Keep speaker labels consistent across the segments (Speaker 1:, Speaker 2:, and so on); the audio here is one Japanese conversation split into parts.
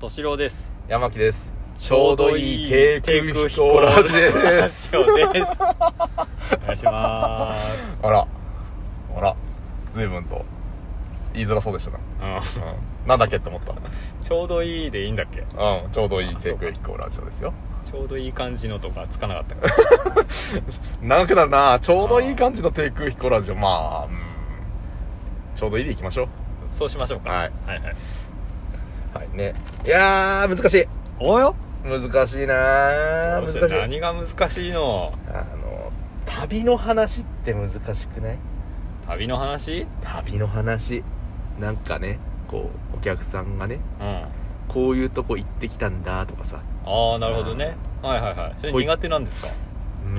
Speaker 1: 敏郎です。
Speaker 2: 山木です。
Speaker 1: ちょうどいい低空飛行ラジ
Speaker 2: です
Speaker 1: そうです。お願いします。
Speaker 2: あら、あら、随分と言いづらそうでしたな。
Speaker 1: う
Speaker 2: うん、なんだっけって思った。
Speaker 1: ん。ちょうどいいでいいんだっけ
Speaker 2: うん、ちょうどいい低空飛行ラジオですよ。
Speaker 1: ちょうどいい感じのとかつかなかったから。
Speaker 2: 長くなるな、ちょうどいい感じの低空飛行ラジオ。まあ、うん、ちょうどいいでいきましょう。
Speaker 1: そうしましょうか。
Speaker 2: はい。
Speaker 1: はいはい。
Speaker 2: はいね。いやー、難しい。
Speaker 1: およ
Speaker 2: 難しいな
Speaker 1: ど
Speaker 2: ー、
Speaker 1: う
Speaker 2: 難
Speaker 1: し
Speaker 2: して
Speaker 1: 何
Speaker 2: い。
Speaker 1: が難しいの
Speaker 2: あの、旅の話って難しくない
Speaker 1: 旅の話
Speaker 2: 旅の話なんかねこうお客さんがね
Speaker 1: うん。あ
Speaker 2: こういうとこ行ってきたんだとかさ
Speaker 1: あ、なるほどね。はいはいはい。それ
Speaker 2: ほい
Speaker 1: 苦手なんですか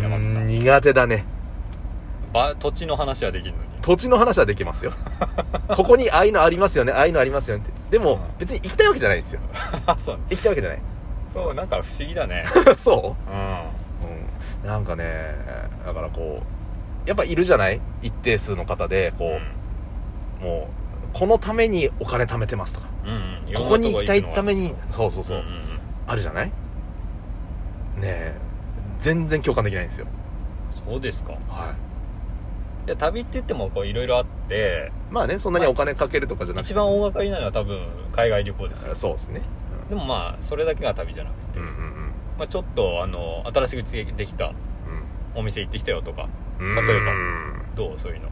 Speaker 1: 山
Speaker 2: う
Speaker 1: 口さん
Speaker 2: ーん苦手だね
Speaker 1: ば土地の話はできるのに。
Speaker 2: 土地の話はできます よここにああいうのありますよねああいうのありますよねってでも、
Speaker 1: うん
Speaker 2: 別に行きたいわけじゃないんですよ
Speaker 1: そうね。
Speaker 2: 行きたいわけじゃない
Speaker 1: そう、なんか不思議だね。
Speaker 2: そ
Speaker 1: うん。
Speaker 2: う、うん、なんかねだからこうやっぱいるじゃない一定数の方でこう、もうこのためにお金貯めてますとか
Speaker 1: うん。うんうん。
Speaker 2: ここに行きたいため
Speaker 1: に。
Speaker 2: にそうそう
Speaker 1: そ
Speaker 2: そうう、
Speaker 1: んうんうん。
Speaker 2: あるじゃないねえ全然共感できないんですよ
Speaker 1: そうですか。
Speaker 2: はい
Speaker 1: や旅って言ってもこういろいろあって
Speaker 2: いまあねそんなにお金かけるとかじゃなくて、
Speaker 1: 一番大掛かりなのは多分海外旅行ですよ
Speaker 2: そうですね
Speaker 1: でもまあそれだけが旅じゃなくて、
Speaker 2: うんうんうん
Speaker 1: まあ、ちょっとあの新しくできたお店行ってきたよとか
Speaker 2: うん
Speaker 1: 例えば
Speaker 2: ば
Speaker 1: どうそういうの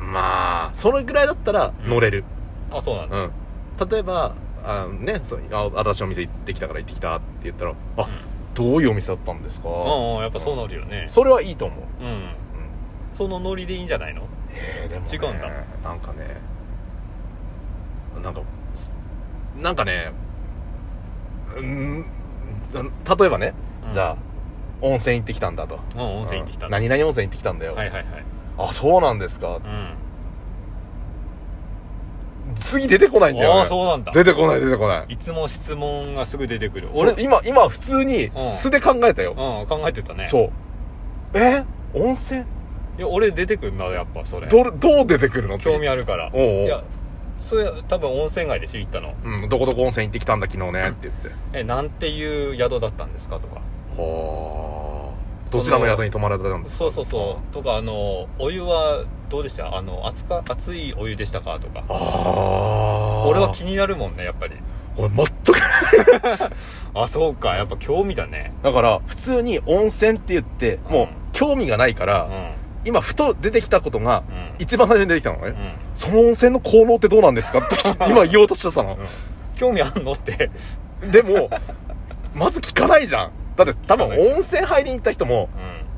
Speaker 2: まあそれぐらいだったら乗れる
Speaker 1: あそうなん
Speaker 2: う
Speaker 1: だ、
Speaker 2: ん、例えばあねそうあ私のお店行ってきたから行ってきたって言ったらあ、どういうお店だったんですか、
Speaker 1: うん、うんやっぱそうなるよね
Speaker 2: それはいいと思う、
Speaker 1: うん
Speaker 2: うん、
Speaker 1: そのノリでいいんじゃないの
Speaker 2: えー、でも、ね、
Speaker 1: 違うんだ
Speaker 2: なんかねなんかすなんかねうんな例えばね、
Speaker 1: うん
Speaker 2: じゃあ温泉行ってきたんだと
Speaker 1: うん温泉行ってきた
Speaker 2: うん何々温泉行ってきたんだよ、
Speaker 1: はいはいはい
Speaker 2: あそうなんですか
Speaker 1: うん
Speaker 2: 次出てこないんだよ、
Speaker 1: あ
Speaker 2: ね、
Speaker 1: あそうなんだ
Speaker 2: 出てこない出てこない
Speaker 1: いつも質問がすぐ出てくる俺
Speaker 2: 俺
Speaker 1: うん
Speaker 2: 今今普通に
Speaker 1: うん
Speaker 2: 素で考えたよ、
Speaker 1: 考えてたね
Speaker 2: そうえ温泉
Speaker 1: いや俺出てくるなやっぱそれ
Speaker 2: どれどう出てくるの
Speaker 1: 興味
Speaker 2: あ
Speaker 1: あるから
Speaker 2: おうおう
Speaker 1: いやそれ多分温泉街でしょ行ったの
Speaker 2: うんどこどこ温泉行ってきたんだ昨日ねって言って
Speaker 1: えなんていう宿だったんですかとか
Speaker 2: はあどちらの宿に泊まられたんですか
Speaker 1: そうそうそうとかあのお湯はどうでしたあの熱か熱いお湯でしたかとか
Speaker 2: ああ
Speaker 1: 俺は気になるもんねやっぱり
Speaker 2: 俺全く
Speaker 1: あそうかやっぱ興味だね
Speaker 2: だから普通に温泉って言ってもう興味がないか
Speaker 1: うん
Speaker 2: ら、今ふと出てきたことが
Speaker 1: うん
Speaker 2: 一番最初に出てきたのね、
Speaker 1: うん
Speaker 2: その温泉の効能ってどうなんですかって 今言おうとしちゃったの
Speaker 1: う、ん興味あんのって
Speaker 2: でもまず聞かないじゃんだって多分
Speaker 1: 聞かない
Speaker 2: 温泉入りに行った人も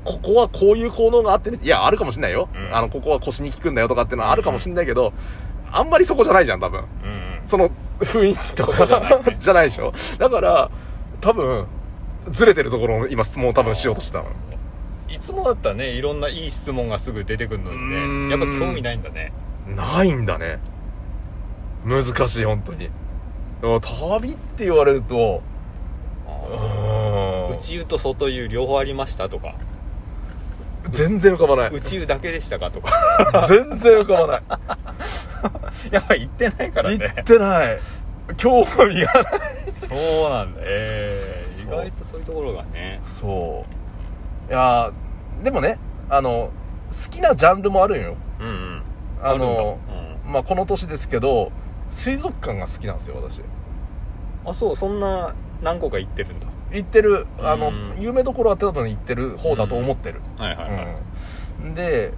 Speaker 1: うん
Speaker 2: ここはこういう効能があってねいやあるかもしんないよ、
Speaker 1: うん
Speaker 2: あのここは腰に効くんだよとかってのはあるかもしんないけど、あんまりそこじゃないじゃん多分
Speaker 1: うんうん
Speaker 2: その雰囲気とか
Speaker 1: そこじゃないね
Speaker 2: じゃないでしょだから多分ずれてるところを今質問を多分しようとしたの
Speaker 1: いつもだったらねいろんないい質問がすぐ出てくるの
Speaker 2: うー
Speaker 1: に
Speaker 2: ん
Speaker 1: ねやっぱ興味ないんだね
Speaker 2: ないんだね難しい本当にでも旅って言われると
Speaker 1: うち湯と外湯両方ありましたとか
Speaker 2: 全然浮かばないう
Speaker 1: ち湯だけでしたかと か
Speaker 2: 全然浮かばな
Speaker 1: やっぱ行ってないから
Speaker 2: い
Speaker 1: ね
Speaker 2: 行ってない興味がない
Speaker 1: そうなんだ、えー
Speaker 2: そう
Speaker 1: 意
Speaker 2: そうそう
Speaker 1: 外とそういうところがね
Speaker 2: そういやーでもねあの好きなジャンルもあるんよ
Speaker 1: うんうん
Speaker 2: あの
Speaker 1: あるんだ
Speaker 2: まあこの年ですけど水族館が好きなんですよ私
Speaker 1: うんあそうそんな何個か行ってるんだ
Speaker 2: 行ってるあの、
Speaker 1: うん
Speaker 2: 有名どころは多分行ってる方だと思ってる、
Speaker 1: はいはいはい、
Speaker 2: うんで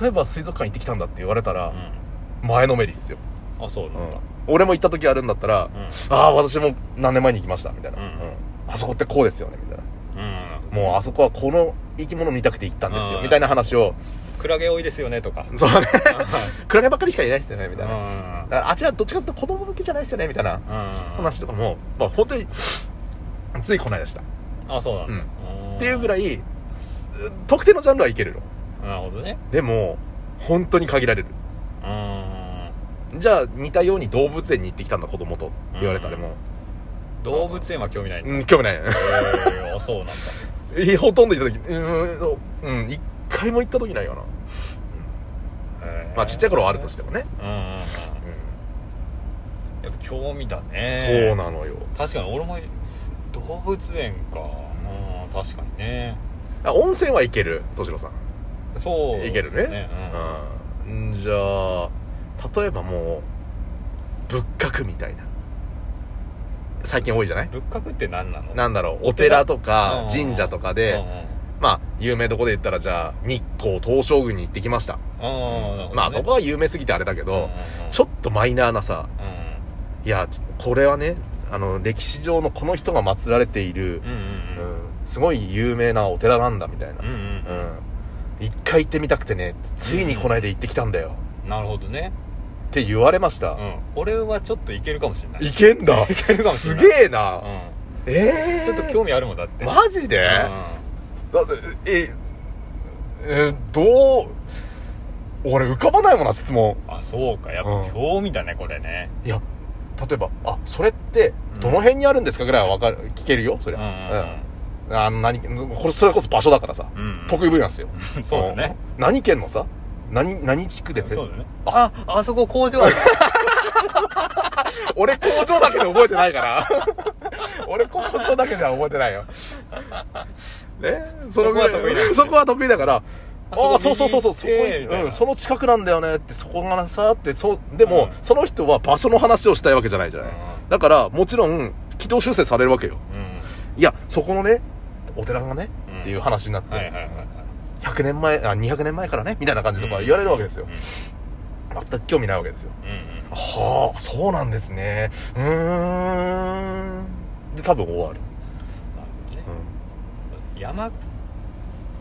Speaker 2: 例えば水族館行ってきたんだって言われたら
Speaker 1: う、ん
Speaker 2: 前のめりっすよ、
Speaker 1: あそうなんだ、
Speaker 2: 俺も行った時あるんだったら、
Speaker 1: うんうん
Speaker 2: ああ私も何年前に行きましたみたいな、
Speaker 1: うん
Speaker 2: あそこってこうですよねみたいなもうあそこはこの生き物見たくて行ったんですよ
Speaker 1: うん
Speaker 2: みたいな話を
Speaker 1: クラゲ多いですよねと か
Speaker 2: そう ねクラゲばっかりしかいないですよねみ
Speaker 1: う
Speaker 2: たいな、だ
Speaker 1: ん
Speaker 2: からあちらどっちかというと子供向けじゃないですよねみたいな
Speaker 1: うん
Speaker 2: 話とかも、まあ本当についこないでした、
Speaker 1: あそうなんだ、
Speaker 2: うんっていうぐ
Speaker 1: い
Speaker 2: らいす特定のジャンルはいけるの
Speaker 1: なるほどね
Speaker 2: でも本当に限られる
Speaker 1: うん
Speaker 2: じゃあ似たように動物園に行ってきたんだ子供とって言われたらも
Speaker 1: 動物園は興味ないん
Speaker 2: う、
Speaker 1: だ、
Speaker 2: うん、興味ない
Speaker 1: えー、あそう なんだ
Speaker 2: い やほとんど行った時うーんうん一回も行った時ないよな、
Speaker 1: へー
Speaker 2: まあちっちゃい頃はあるとしてもね、
Speaker 1: うんうんうん
Speaker 2: うん
Speaker 1: やっぱ興味だね
Speaker 2: そうなのよ
Speaker 1: 確かに俺も動物園かうん確かにね
Speaker 2: あ温泉はいける敏郎さん
Speaker 1: そう
Speaker 2: いけるね
Speaker 1: ねうん
Speaker 2: うん、じゃあ例えばもう仏閣みたいな最近多いじゃない
Speaker 1: 仏閣って何なの
Speaker 2: なんだろうお寺と
Speaker 1: う
Speaker 2: か
Speaker 1: ん
Speaker 2: 神社と
Speaker 1: う
Speaker 2: か
Speaker 1: んう
Speaker 2: で
Speaker 1: ん
Speaker 2: まあ有名どこで言ったらじゃあ日光東照宮に行ってきました
Speaker 1: あーなるほどね
Speaker 2: まあそこは有名すぎてあれだけ
Speaker 1: うんうん
Speaker 2: ど
Speaker 1: うん
Speaker 2: ちょっとマイナーなさ
Speaker 1: う
Speaker 2: いやちこれはねあの歴史上のこの人が祀られてい
Speaker 1: ん
Speaker 2: る、
Speaker 1: うんう
Speaker 2: うんんすごい有名なお寺なんだみたいな、
Speaker 1: うんうん
Speaker 2: う
Speaker 1: うん
Speaker 2: ん一回行ってみたくてねついにこの間行ってきたんだよ、
Speaker 1: なるほどね
Speaker 2: って言われました、
Speaker 1: うん俺はちょっといけるかもし れない
Speaker 2: いけんだ
Speaker 1: けるかもしれ
Speaker 2: す
Speaker 1: ない
Speaker 2: げえ
Speaker 1: う
Speaker 2: な、
Speaker 1: ん
Speaker 2: ええ
Speaker 1: ちょっと興味あるもんだって
Speaker 2: マジで、
Speaker 1: う
Speaker 2: だってええどう俺浮かばないもんな質問
Speaker 1: んあそうかやっぱ興味だねこれね
Speaker 2: いや例えば「あそれってどの辺にあるんですか?」ぐらいはわかる聞けるよそり
Speaker 1: うん
Speaker 2: ゃ、うんあの何これそれこそ場所だからさ、
Speaker 1: うんうん
Speaker 2: 得意分野ですよ
Speaker 1: そうだね
Speaker 2: ん何県のさ何何地区でって
Speaker 1: そうだねああそこ工 場ある
Speaker 2: 俺工場だけで覚えてないから 俺工場だけでは覚えてないよねそのぐらい
Speaker 1: そこは得意だよね
Speaker 2: そこは得意だから
Speaker 1: あ
Speaker 2: ああ
Speaker 1: そ
Speaker 2: そ
Speaker 1: こ
Speaker 2: うそうそうそうそこ
Speaker 1: 右行ってみたいな
Speaker 2: うん、その近くなんだよねってそこがさってそうでも、
Speaker 1: うん
Speaker 2: その人は場所の話をしたいわけじゃないじゃない、
Speaker 1: うん
Speaker 2: だからもちろん軌道修正されるわけよ
Speaker 1: うん
Speaker 2: いやそこのねお寺がね、
Speaker 1: うん
Speaker 2: っていう話になって、
Speaker 1: はいはいはいはい
Speaker 2: 100年前あ200年前からねみたいな感じとか言われるわけですよ、全く興味ないわけですよ
Speaker 1: うんうんうん
Speaker 2: はあそうなんですねうーんで多分終
Speaker 1: な
Speaker 2: わる、
Speaker 1: るほどね山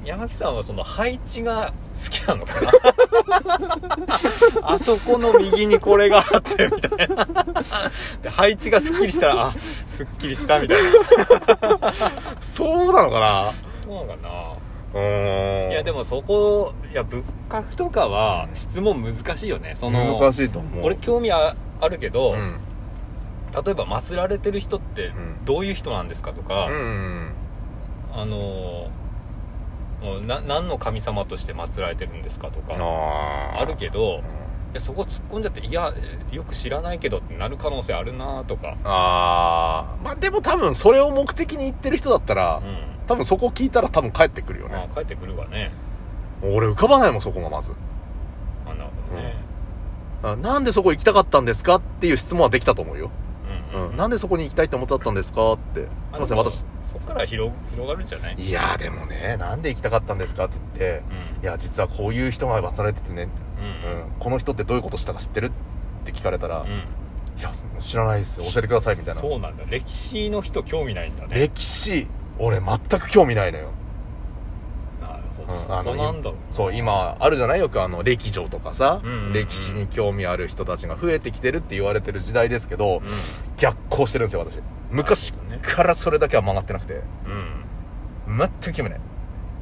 Speaker 1: 山木さんはその配置が好きなのかな あそこの右にこれがあってみたいな で配置がすっきりしたらあすっきりしたみたいな
Speaker 2: そうなのかな
Speaker 1: そうかな
Speaker 2: うーん
Speaker 1: いやでもそこいや仏閣とかは質問難しいよねその
Speaker 2: 難しいと思う
Speaker 1: 俺興味ああるけど、
Speaker 2: うん
Speaker 1: 例えば祀られてる人って
Speaker 2: ん
Speaker 1: どういう人なんですかとか、
Speaker 2: うん
Speaker 1: あのーもうな何の神様として祀られてるんですかとか
Speaker 2: あー
Speaker 1: あるけどいやそこ突っ込んじゃっていやえよく知らないけどってなる可能性あるなとか、
Speaker 2: あーまあでも多分それを目的に言ってる人だったら、
Speaker 1: うん
Speaker 2: 多分そこ聞いたら多分帰ってくるよ
Speaker 1: まあ
Speaker 2: ね、
Speaker 1: 帰ってくるわね
Speaker 2: 俺浮かばないもんそこがまず
Speaker 1: あなるほどね、
Speaker 2: あなんでそこ行きたかったんですかっていう質問はできたと思うよ、
Speaker 1: うんうん
Speaker 2: なんでそこに行きたいって思ってたんですかってすいません
Speaker 1: あでも
Speaker 2: 私
Speaker 1: そっから広広がるんじゃない、
Speaker 2: いやーでもねなんで行きたかったんですかって言って
Speaker 1: うん
Speaker 2: いや実はこういう人が祀られててね、
Speaker 1: うん
Speaker 2: うん、この人ってどういうことしたか知ってるって聞かれたら、
Speaker 1: う
Speaker 2: い
Speaker 1: ん
Speaker 2: や知らないですよ教えてくださいみたいな
Speaker 1: そうなんだ歴史の人興味ないんだね
Speaker 2: 歴史俺全く興味ないのよ
Speaker 1: なるほど、
Speaker 2: うん
Speaker 1: そこなんだろう
Speaker 2: そう今あるじゃないよくあの歴女とかさ、
Speaker 1: うんうんうん
Speaker 2: 歴史に興味ある人たちが増えてきてるって言われてる時代ですけど
Speaker 1: う
Speaker 2: 逆行してるんですよ私昔
Speaker 1: なるほどね
Speaker 2: からそれだけは曲がってなくて
Speaker 1: ん、うん
Speaker 2: 全く興味ない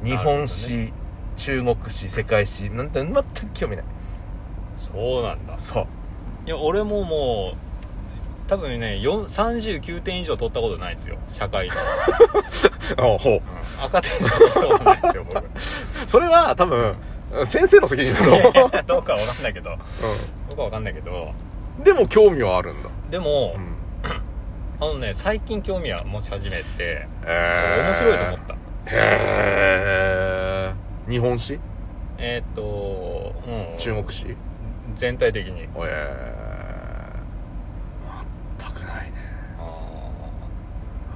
Speaker 2: 日本史、中国史世界史なんて全く興味ない
Speaker 1: そうなんだ
Speaker 2: そう
Speaker 1: いや俺ももう多分ねよん39点以上取ったことないですよ社会の、
Speaker 2: あほう
Speaker 1: うん、赤点しか取ったことないですよ僕
Speaker 2: それは多分先生の責任だ
Speaker 1: い
Speaker 2: と
Speaker 1: やい
Speaker 2: 思う、
Speaker 1: やどうかわかんないけどどうかわかんないけど
Speaker 2: うん、でも興味はあるんだ、
Speaker 1: でも、
Speaker 2: うん、
Speaker 1: あのね最近興味は持ち始めて、
Speaker 2: え
Speaker 1: 面白いと思った
Speaker 2: たへえ日本史
Speaker 1: えーっと、うん、
Speaker 2: 中国史
Speaker 1: 全体的に
Speaker 2: えー、全くないね
Speaker 1: あ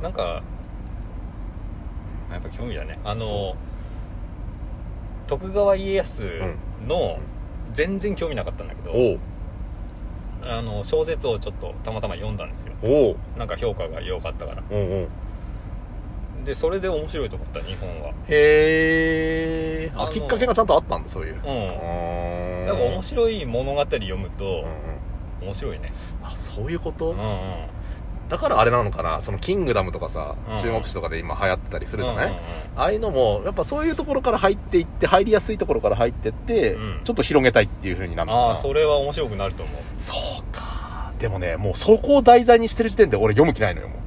Speaker 1: ーなんかやっぱ興味だねあ
Speaker 2: そ
Speaker 1: の徳川家康の全然興味なかったんだけど、
Speaker 2: おう
Speaker 1: あの小説をちょっとたまたま読んだんですよ
Speaker 2: おう
Speaker 1: なんか評価が良かったから
Speaker 2: おうおう
Speaker 1: でそれで面白いと思った日本は
Speaker 2: へえ
Speaker 1: あ
Speaker 2: あ
Speaker 1: の
Speaker 2: きっかけがちゃんとあったんだそういうう
Speaker 1: う
Speaker 2: ー
Speaker 1: ん
Speaker 2: ん
Speaker 1: なんか面白い物語読むと
Speaker 2: うんうん
Speaker 1: 面白いね
Speaker 2: あそういうこ
Speaker 1: う
Speaker 2: と、
Speaker 1: んうん
Speaker 2: だからあれなのかなそのキングダムとかさ、
Speaker 1: うん
Speaker 2: 中国史とかで今流行ってたりするじゃな
Speaker 1: う
Speaker 2: い、
Speaker 1: んうん
Speaker 2: ああいうのもやっぱそういうところから入っていって入りやすいところから入ってって、
Speaker 1: うん
Speaker 2: ちょっと広げたいっていうふうにな
Speaker 1: う
Speaker 2: る
Speaker 1: ん
Speaker 2: のかな
Speaker 1: ああそれは面白くなると思う
Speaker 2: そうかでもねもうそこを題材にしてる時点で俺読む気ないのよもう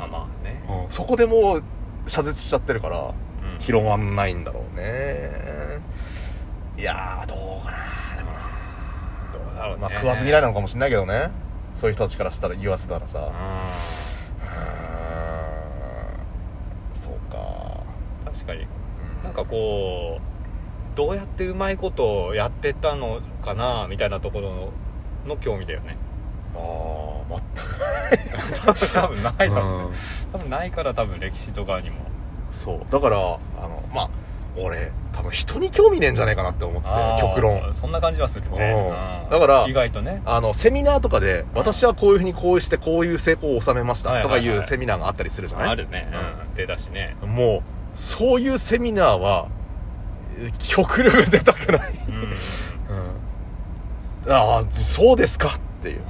Speaker 1: あまあね、
Speaker 2: そこでもう謝絶しちゃってるから
Speaker 1: うん
Speaker 2: 広がんないんだろうねいやーどうかなでもな
Speaker 1: どうだろうね
Speaker 2: まあ食わず嫌いなのかもしんないけどねそういう人たちからしたら言わせたらさ、
Speaker 1: う
Speaker 2: うーんそうか、
Speaker 1: ん確かに
Speaker 2: う
Speaker 1: なんかこうどうやってうまいことをやってたのかなみたいなところのの興味だよね
Speaker 2: ああ
Speaker 1: 多分多分ない
Speaker 2: 全
Speaker 1: だ
Speaker 2: く、
Speaker 1: ろうね
Speaker 2: うん
Speaker 1: 多分ないから多分歴史とかにも
Speaker 2: そうだからあのまあ俺多分人に興味ねえんじゃないかなって思って極論
Speaker 1: そんな感じはするね
Speaker 2: うんだから
Speaker 1: 意外とね
Speaker 2: あのセミナーとかで
Speaker 1: ん
Speaker 2: 私はこういうふうにこうしてこういう成功を収めまし
Speaker 1: は
Speaker 2: た
Speaker 1: い
Speaker 2: と
Speaker 1: はいは
Speaker 2: か
Speaker 1: い
Speaker 2: いうセミナーがあったりするじゃない
Speaker 1: あるね
Speaker 2: う
Speaker 1: うん出だしね
Speaker 2: もうそういうセミナーはえー極力出たくない、
Speaker 1: うん
Speaker 2: うん、ああそうですかっていう、うん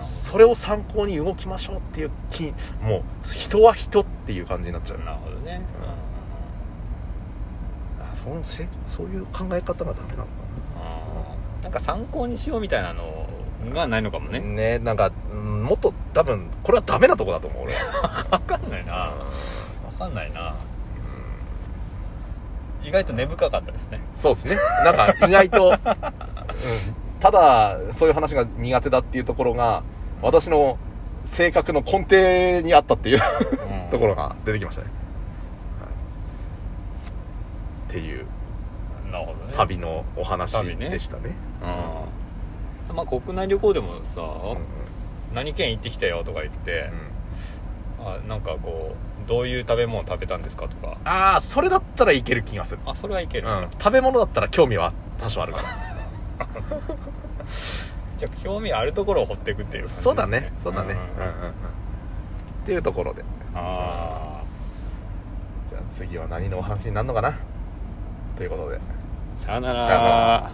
Speaker 2: それを参考に動きましょうっていう気もう人は人っていう感じになっちゃう
Speaker 1: なるほどね
Speaker 2: うんあそのせそういう考え方がダメなのか
Speaker 1: うんなんか参考にしようみたいなのがないのかも
Speaker 2: な
Speaker 1: ね
Speaker 2: ねなんかうんもっと多分これはダメなとこだと思う俺は
Speaker 1: 分かんないな分かんないな意外と根深かったですね
Speaker 2: そうですねなんか意外と、うんただそういう話が苦手だっていうところが私の性格の根底にあったっていう ところが出てきましたね、はいっていう
Speaker 1: なるほどね
Speaker 2: 旅のお話
Speaker 1: 旅ね
Speaker 2: でしたね
Speaker 1: うんまあ国内旅行でもさ
Speaker 2: うん
Speaker 1: 何県行ってきたよとか言ってあなんかこうどういう食べ物食べたんですかとか
Speaker 2: ああそれだったらいける気がする
Speaker 1: あそれはいける
Speaker 2: うん、食べ物だったら興味は多少あるから
Speaker 1: じゃあ興味あるところを掘っていくっていう感じです
Speaker 2: そうだねそうだね
Speaker 1: ん
Speaker 2: うんうんうんっていうところで
Speaker 1: あ
Speaker 2: じゃあ次は何のお話になるのかなということで
Speaker 1: あさよな
Speaker 2: さよな
Speaker 1: ら